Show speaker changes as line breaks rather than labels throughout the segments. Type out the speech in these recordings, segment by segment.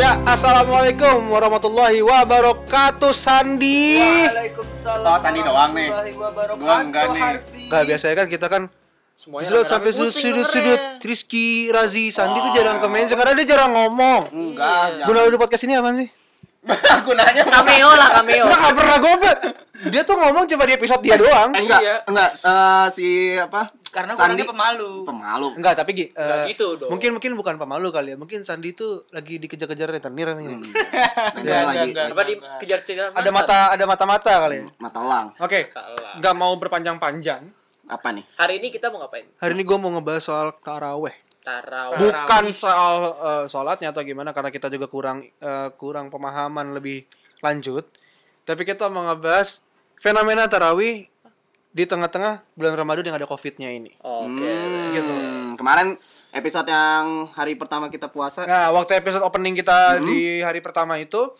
Ya, Assalamualaikum warahmatullahi wabarakatuh Sandi.
Waalaikumsalam.
Oh, Sandi doang kan, nih.
warahmatullahi wabarakatuh,
Gua enggak nih.
Harvey.
Gak biasanya kan kita kan
Semuanya
sudut sampai sudut
rame-rame. Pusing
sudut
dengernya.
sudut Rizky Razi Sandi tuh
Oh.
jarang komen sekarang dia jarang ngomong.
Enggak,
Guna di podcast ini apa sih?
jangan. Gunanya
Cameo lah, cameo.
Enggak gak pernah goblok. Dia tuh ngomong cuma di episode dia doang.
Eh, enggak,
Iya.
enggak eh, si apa?
Karena gua
Sandi
orangnya pemalu.
pemalu.
Enggak, tapi gi-
Enggak
eh,
gitu dong.
Mungkin mungkin bukan pemalu kali ya. Mungkin Sandi tuh lagi dikejar-kejar rentenir
Hmm.
nih.
Iya, Enggak Hmm. lagi.
enggak,
Apa di kejar kejar
Ada mata ada mata-mata kali ya.
Mata lang.
Oke. Enggak mau berpanjang-panjang.
Apa nih?
Hari ini kita mau ngapain?
Hari ini gue mau ngebahas soal taraweh.
Tarawih.
Bukan soal eh, sholatnya atau gimana karena kita juga kurang eh, kurang pemahaman lebih lanjut. Tapi kita mau ngebahas fenomena tarawih di tengah-tengah bulan Ramadan yang ada COVID-nya ini.
Oke.
Gitu.
Hmm, kemarin episode yang hari pertama kita puasa
Nah, waktu episode opening kita di hari pertama itu,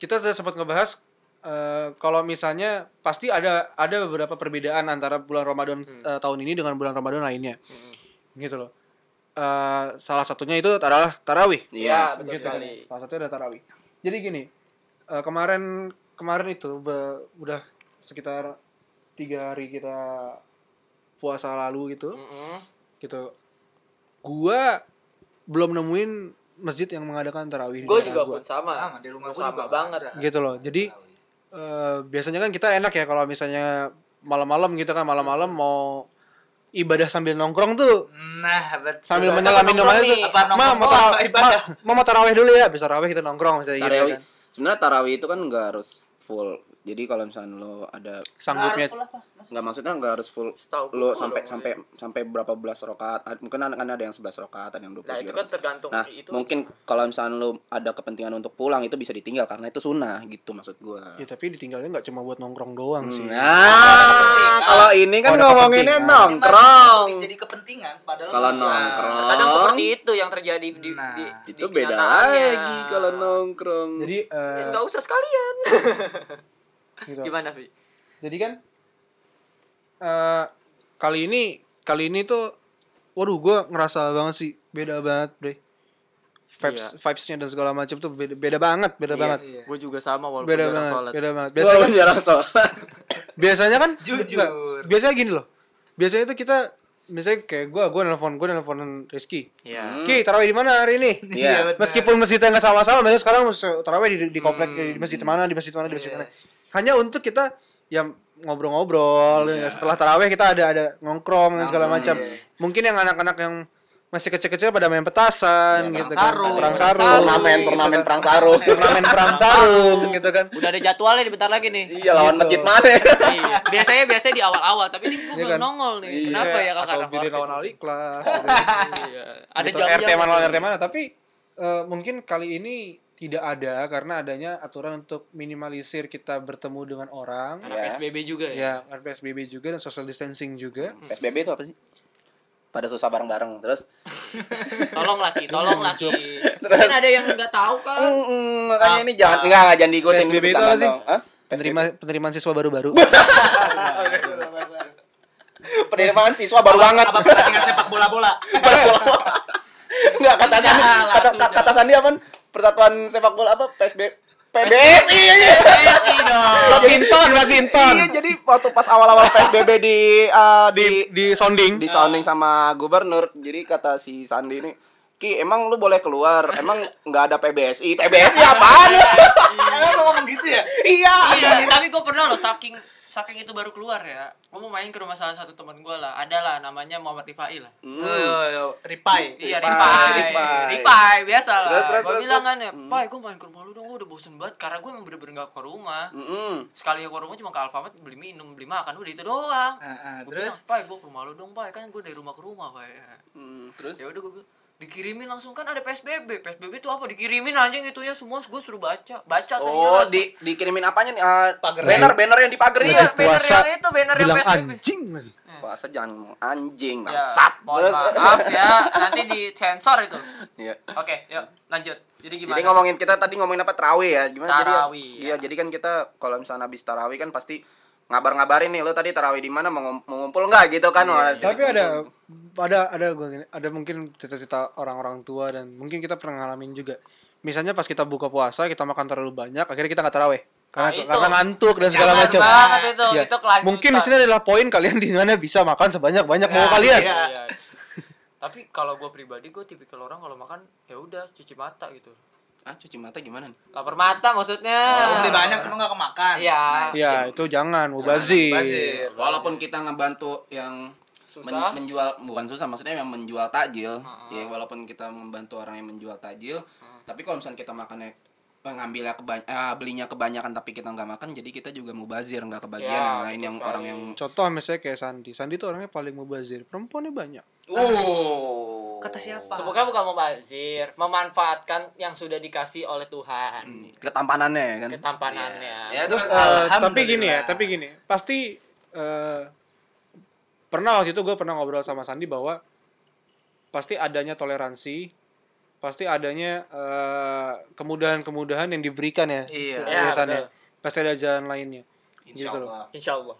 kita sudah sempat ngebahas eh, kalau misalnya pasti ada ada beberapa perbedaan antara bulan Ramadan eh, tahun ini dengan bulan Ramadan lainnya. Gitu loh. Eh, salah satunya itu adalah tarawih.
Iya,
Iya, betul
Gitu.
sekali.
Salah satunya ada tarawih. Jadi gini, eh, kemarin kemarin itu be- udah sekitar tiga hari kita puasa lalu gitu
Mm-mm.
gitu gua belum nemuin masjid yang mengadakan tarawih di
Gue
daerah
juga
gua.
pun sama.
Sama, di rumah
Gua
gua
sama
juga
banget.
gitu loh jadi eh, biasanya kan kita enak ya kalau misalnya malam-malam gitu kan malam-malam mau ibadah sambil nongkrong tuh
Nah, betul.
sambil
Mm. Apa
menyelam
nongkrong
minum aja tuh
nih?
Apa
ma
nongkrong
mau
doang,
tara-
apa ibadah?
Ma, Ma mau tarawih dulu ya bisa tarawih kita nongkrong misalnya gitu
tarawih.
kan
Sebenarnya tarawih itu kan enggak harus full. Jadi kalau misalnya lo ada
sanggupnya
Harus apa?
nggak maksudnya nggak harus full
Setahu gua
lo
full
sampai
dong,
sampai sampai berapa belas rokaat Ad- mungkin kan ada yang 11 rokaat ada yang 20
Nah, itu
tiga
kan
rokaat.
tergantung
nah
itu.
mungkin kalau misalnya lo ada kepentingan untuk pulang itu bisa ditinggal karena itu sunnah gitu maksud gua
ya tapi ditinggalnya nggak cuma buat nongkrong doang sih
Nah, kalau ini
Oh,
kan
ada kepentingan.
ngomonginnya nongkrong.
Jadi kepentingan padahal
Kalau
enggak.
nongkrong
Kadang seperti itu yang terjadi di, di,
Nah,
di-
itu
di
beda
kenyataannya.
lagi kalau nongkrong.
jadi eh,
Nggak usah sekalian.
gitu.
Nah. Gimana, Fi?
Jadi kan eh kali ini kali ini tuh waduh gue ngerasa banget sih beda banget bre vibes vibesnya dan segala macam tuh beda, beda banget beda banget
Iya.
Gue juga sama walaupun
beda
jarang
banget
sholat.
beda banget biasanya kan-
Biasanya kan jarang sholat.
biasanya kan
Jujur.
enggak, biasanya gini loh biasanya tuh kita misalnya kayak gue gue nelfon gue nelfon Rizky
Iya.
Ki tarawih di mana hari ini
Ya. Hmm, Iya.
betul.
meskipun masjidnya nggak sama-sama biasanya sekarang tarawih di, di komplek di masjid mana di masjid mana di masjid mana hanya untuk kita yang ngobrol-ngobrol ya, setelah tarawih kita ada ada nongkrong dan segala macam mungkin yang anak-anak yang masih kecil-kecil pada main petasan
Ya,
gitu kan
perang sarung.
perang
Perang
sarung
Turnamen
gitu
turnamen
kan.
perang sarung.
turnamen perang sarung gitu kan
Udah ada jadwalnya nih bentar lagi nih.
Iya lawan masjid mana?
Iya. Biasanya biasanya di awal-awal, tapi ini gue
Iya
belum
kan?
nongol nih. Kenapa ya kakak?
kalau
Covid?
lawan gitu. ahli kelas
Iya. Ada
gitu,
jauh-jauh.
RT mana lawan RT mana tapi eh, mungkin kali ini tidak ada karena adanya aturan untuk minimalisir kita bertemu dengan orang
Karena
Iya.
PSBB juga ya.
ya kan PSBB juga dan social distancing juga
PSBB itu apa sih? Pada susah bareng-bareng terus.
Tolong laki, tolong laki. Mungkin ada yang nggak tahu kan.
makanya ini jangan enggak enggak jangan diikutin
PSBB itu apa sih? penerima penerimaan siswa baru-baru
penerimaan siswa baru banget.
Apa pertandingan sepak bola-bola?
Enggak kata
Sudah,
Sandi, kata
sudah.
kata Sandi apa? Persatuan sepak bola apa? PSB PBSI iya.
Iya dong.
badminton badminton
Iya, jadi waktu pas awal-awal PSBB di eh, di
di di sounding
di sounding sama gubernur, jadi kata si Sandi ini, Ki, emang lu boleh keluar, emang nggak ada PBSI, PBSI apaan?
Emang lo ngomong gitu ya?
iya,
Iya, tapi gue pernah loh saking saking itu baru keluar ya. Gue mau main ke rumah salah satu teman gue lah. Ada lah namanya Muhammad Rifai lah.
Hmm,
Ripai.
Iya
Rifai,
Rifai,
Rifai.
Rifai biasa lah.
Terus, terus,
Gua
terus,
bilang
terus. Hmm.
kan ya, Pai gue main ke rumah lu dong, gue udah bosen banget. Karena gue emang bener-bener gak ke rumah.
Mm-mm.
Sekali ke rumah cuma ke Alfamart beli minum, beli makan, udah itu doang.
Ah,
Heeh,
Gua
terus
bilang, Pai gue ke rumah lu dong, Pai kan gue dari rumah ke rumah, Pai.
Mm, Terus?
ya udah gue bilang dikirimin langsung kan ada PSBB PSBB itu apa dikirimin anjing itunya semua gue suruh baca baca
Oh, di, dikirimin apanya nih? Eh, banner, banner yang di pagar ya?
Iya, banner yang itu, banner yang
bilang
PSBB.
anjing lagi
Puasa jangan ngomong anjing,
ya,
bangsat.
mohon maaf ya nanti di sensor itu
Iya.
oke yuk lanjut jadi gimana
Jadi ngomongin kita tadi ngomongin apa tarawih ya? Gimana jadi ya-
Tarawih,
Iya, jadi kan kita kalau misalnya habis tarawih kan pasti ngabar-ngabarin nih lo tadi tarawih di mana mau ngom- mau ngumpul nggak gitu kan? Wah, jadi-
tapi ada ada ada gua gini, ada mungkin cita-cita orang-orang tua dan mungkin kita pernah ngalamin juga misalnya pas kita buka puasa kita makan terlalu banyak akhirnya kita nggak taraweh karena
Nah, itu.
karena ngantuk dan segala
Jangan
macam
banget itu,
Ya.
itu kelanjutan.
mungkin di sini adalah poin kalian di mana bisa makan sebanyak banyak mau
Nah,
kalian
iya.
Iya. Tapi kalau gue pribadi gue tipikal orang kalau makan ya udah cuci mata gitu.
Ah, cuci mata gimana nih?
Lapar mata maksudnya.
Walaupun beli banyak cuma nggak kemakan.
Iya.
ya itu jangan mubazir
Mubazir.
Walaupun kita ngebantu yang men-
Susah. Ah.
menjual bukan susah maksudnya yang menjual takjil,
Heeh.
ya walaupun kita membantu orang yang menjual takjil,
Ah.
tapi kalau misalnya kita makannya pengambilnya kebany- eh, belinya kebanyakan tapi kita nggak makan, jadi kita juga mubazir nggak kebagian
Ya,
yang lain
betul
yang
sekali.
orang yang
contoh misalnya kayak Sandi Sandi tuh orangnya paling mubazir perempuannya banyak
Oh.
Kata siapa?
Semoga bukan mubazir, memanfaatkan yang sudah dikasih oleh Tuhan.
Hmm.
ketampanannya ya kan.
Ketampanannya.
Ya, terus
Eh,
Alhamdulillah.
tapi gini ya, tapi gini. Pasti eh, pernah waktu itu gue pernah ngobrol sama Sandi bahwa pasti adanya toleransi, pasti adanya eh, kemudahan-kemudahan yang diberikan ya.
Iya.
se-
Iya,
biasanya.
betul.
Pasti ada jalan lainnya.
eh, Insya
gitu loh.
Allah.
Insya Allah.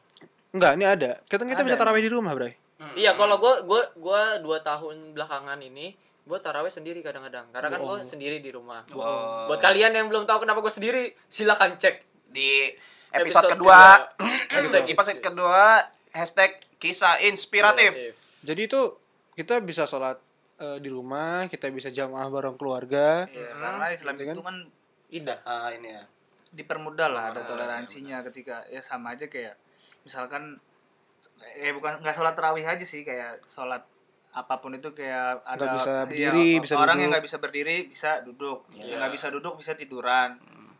Enggak, ini ada. Kita kita
Ada.
bisa tarawih di rumah, Bray.
Mm.
Iya, kalau gue gue gue dua tahun belakangan ini gue taraweh sendiri kadang-kadang karena kan gue
Oh.
Wow.
sendiri di rumah.
Wow.
Buat kalian yang belum tahu kenapa gue sendiri, silakan cek
di
Episode
episode, kedua,
kedua. Iya.
Hashtag episode kedua hashtag kisah
Iya.
inspiratif
Jadi itu kita bisa sholat eh, di rumah, kita bisa jamaah bareng keluarga.
Iya, karena Islam
Gitu kan?
itu kan
Indah.
Ah, ini ya
dipermudah lah
Ah,
ada
Nah,
toleransinya ketika ya sama aja kayak misalkan eh bukan nggak sholat terawih aja sih kayak sholat apapun itu kayak ada
Nggak bisa
iya,
berdiri, bisa
orang yang
duduk.
nggak bisa berdiri bisa duduk yang
Iya.
nggak bisa duduk bisa tiduran
Hmm.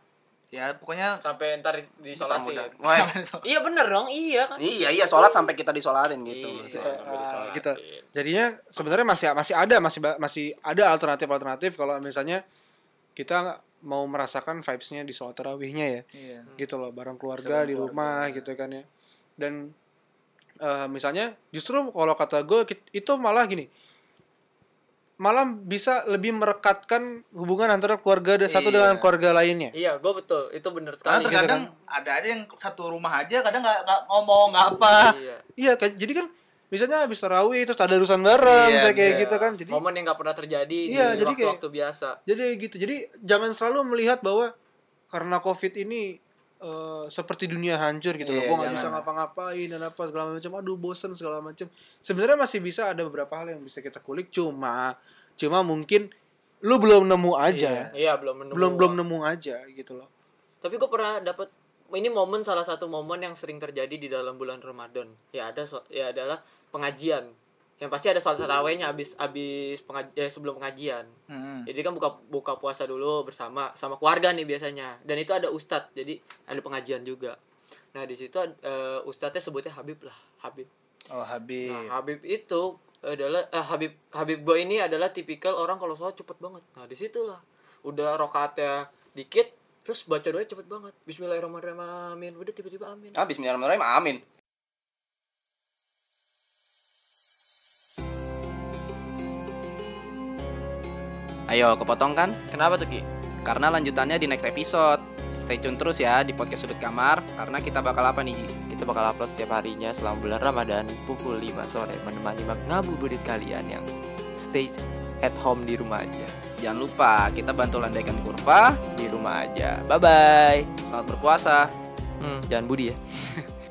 ya pokoknya
Sampai ntar di- disolatin.
Permudah. Wah,
Iya bener dong, iya kan.
iya iya sholat sampai kita disolatin gitu Sholat
Iya, kita-
sampai
Ah,
disolatin.
gitu. Jadinya sebenarnya masih masih ada masih ba- masih ada alternatif alternatif kalau misalnya kita mau merasakan vibes-nya di sholat tarawihnya ya
iya.
gitu loh bareng keluarga
Bareng
di
keluarga.
rumah gitu kan ya dan eh, misalnya justru kalau kata gue ki- itu malah gini malam bisa lebih merekatkan hubungan antara keluarga de- satu
Iya.
dengan keluarga lainnya
Iya, gue betul. Itu bener
karena
sekali.
Gitu terkadang
terkadang ada aja yang satu rumah aja kadang nggak nggak ngomong nggak apa
Iya.
iya kan jadi kan misalnya habis tarawih terus tadarusan bareng
Iya,
misalnya kayak
bisa.
gitu kan jadi
Momen yang gak pernah terjadi
Iya,
di
jadi
waktu, waktu biasa.
Jadi gitu. Jadi jangan selalu melihat bahwa karena COVID ini eh, seperti dunia hancur gitu loh.
Iya,
Gue nggak bisa
jangan.
ngapa-ngapain dan apa segala macam. Aduh bosen segala macam. Sebenarnya masih bisa ada beberapa hal yang bisa kita kulik. Cuma, cuma mungkin lu belum nemu aja.
Iya, belum menemu.
Belum belum nemu aja gitu loh.
Tapi gue pernah dapat ini momen salah satu momen yang sering terjadi di dalam bulan Ramadan. Ya ada so- ya adalah pengajian. Yang pasti ada salat tarawehnya habis habis pengaj- eh, sebelum pengajian.
Hmm.
Jadi kan buka buka puasa dulu bersama sama keluarga nih biasanya. Dan itu ada ustadz. Jadi ada pengajian juga. Nah, di situ eh, ustadznya sebutnya Habib lah, Habib.
oh habis
Hmm.
Nah, Habib itu adalah eh, Habib Habib Boy ini adalah tipikal orang kalau sholat cepet banget. Nah, disitulah udah rokaatnya dikit terus baca doanya cepet banget. Bismillahirrahmanirrahim. Udah tiba-tiba amin.
ah bismillahirrahmanirrahim amin Ayo kepotong kan?
Kenapa tuh Ki?
Karena lanjutannya di next episode. Stay tune terus ya di podcast sudut kamar karena kita bakal apa nih Ji?
Kita bakal upload setiap harinya selama bulan Ramadan pukul 5 sore menemani ngabuburit kalian yang stay at home di rumah aja.
Jangan lupa kita bantu landaikan kurva.
Di rumah aja. Bye bye.
Selamat berpuasa.
Hmm. jangan budi ya.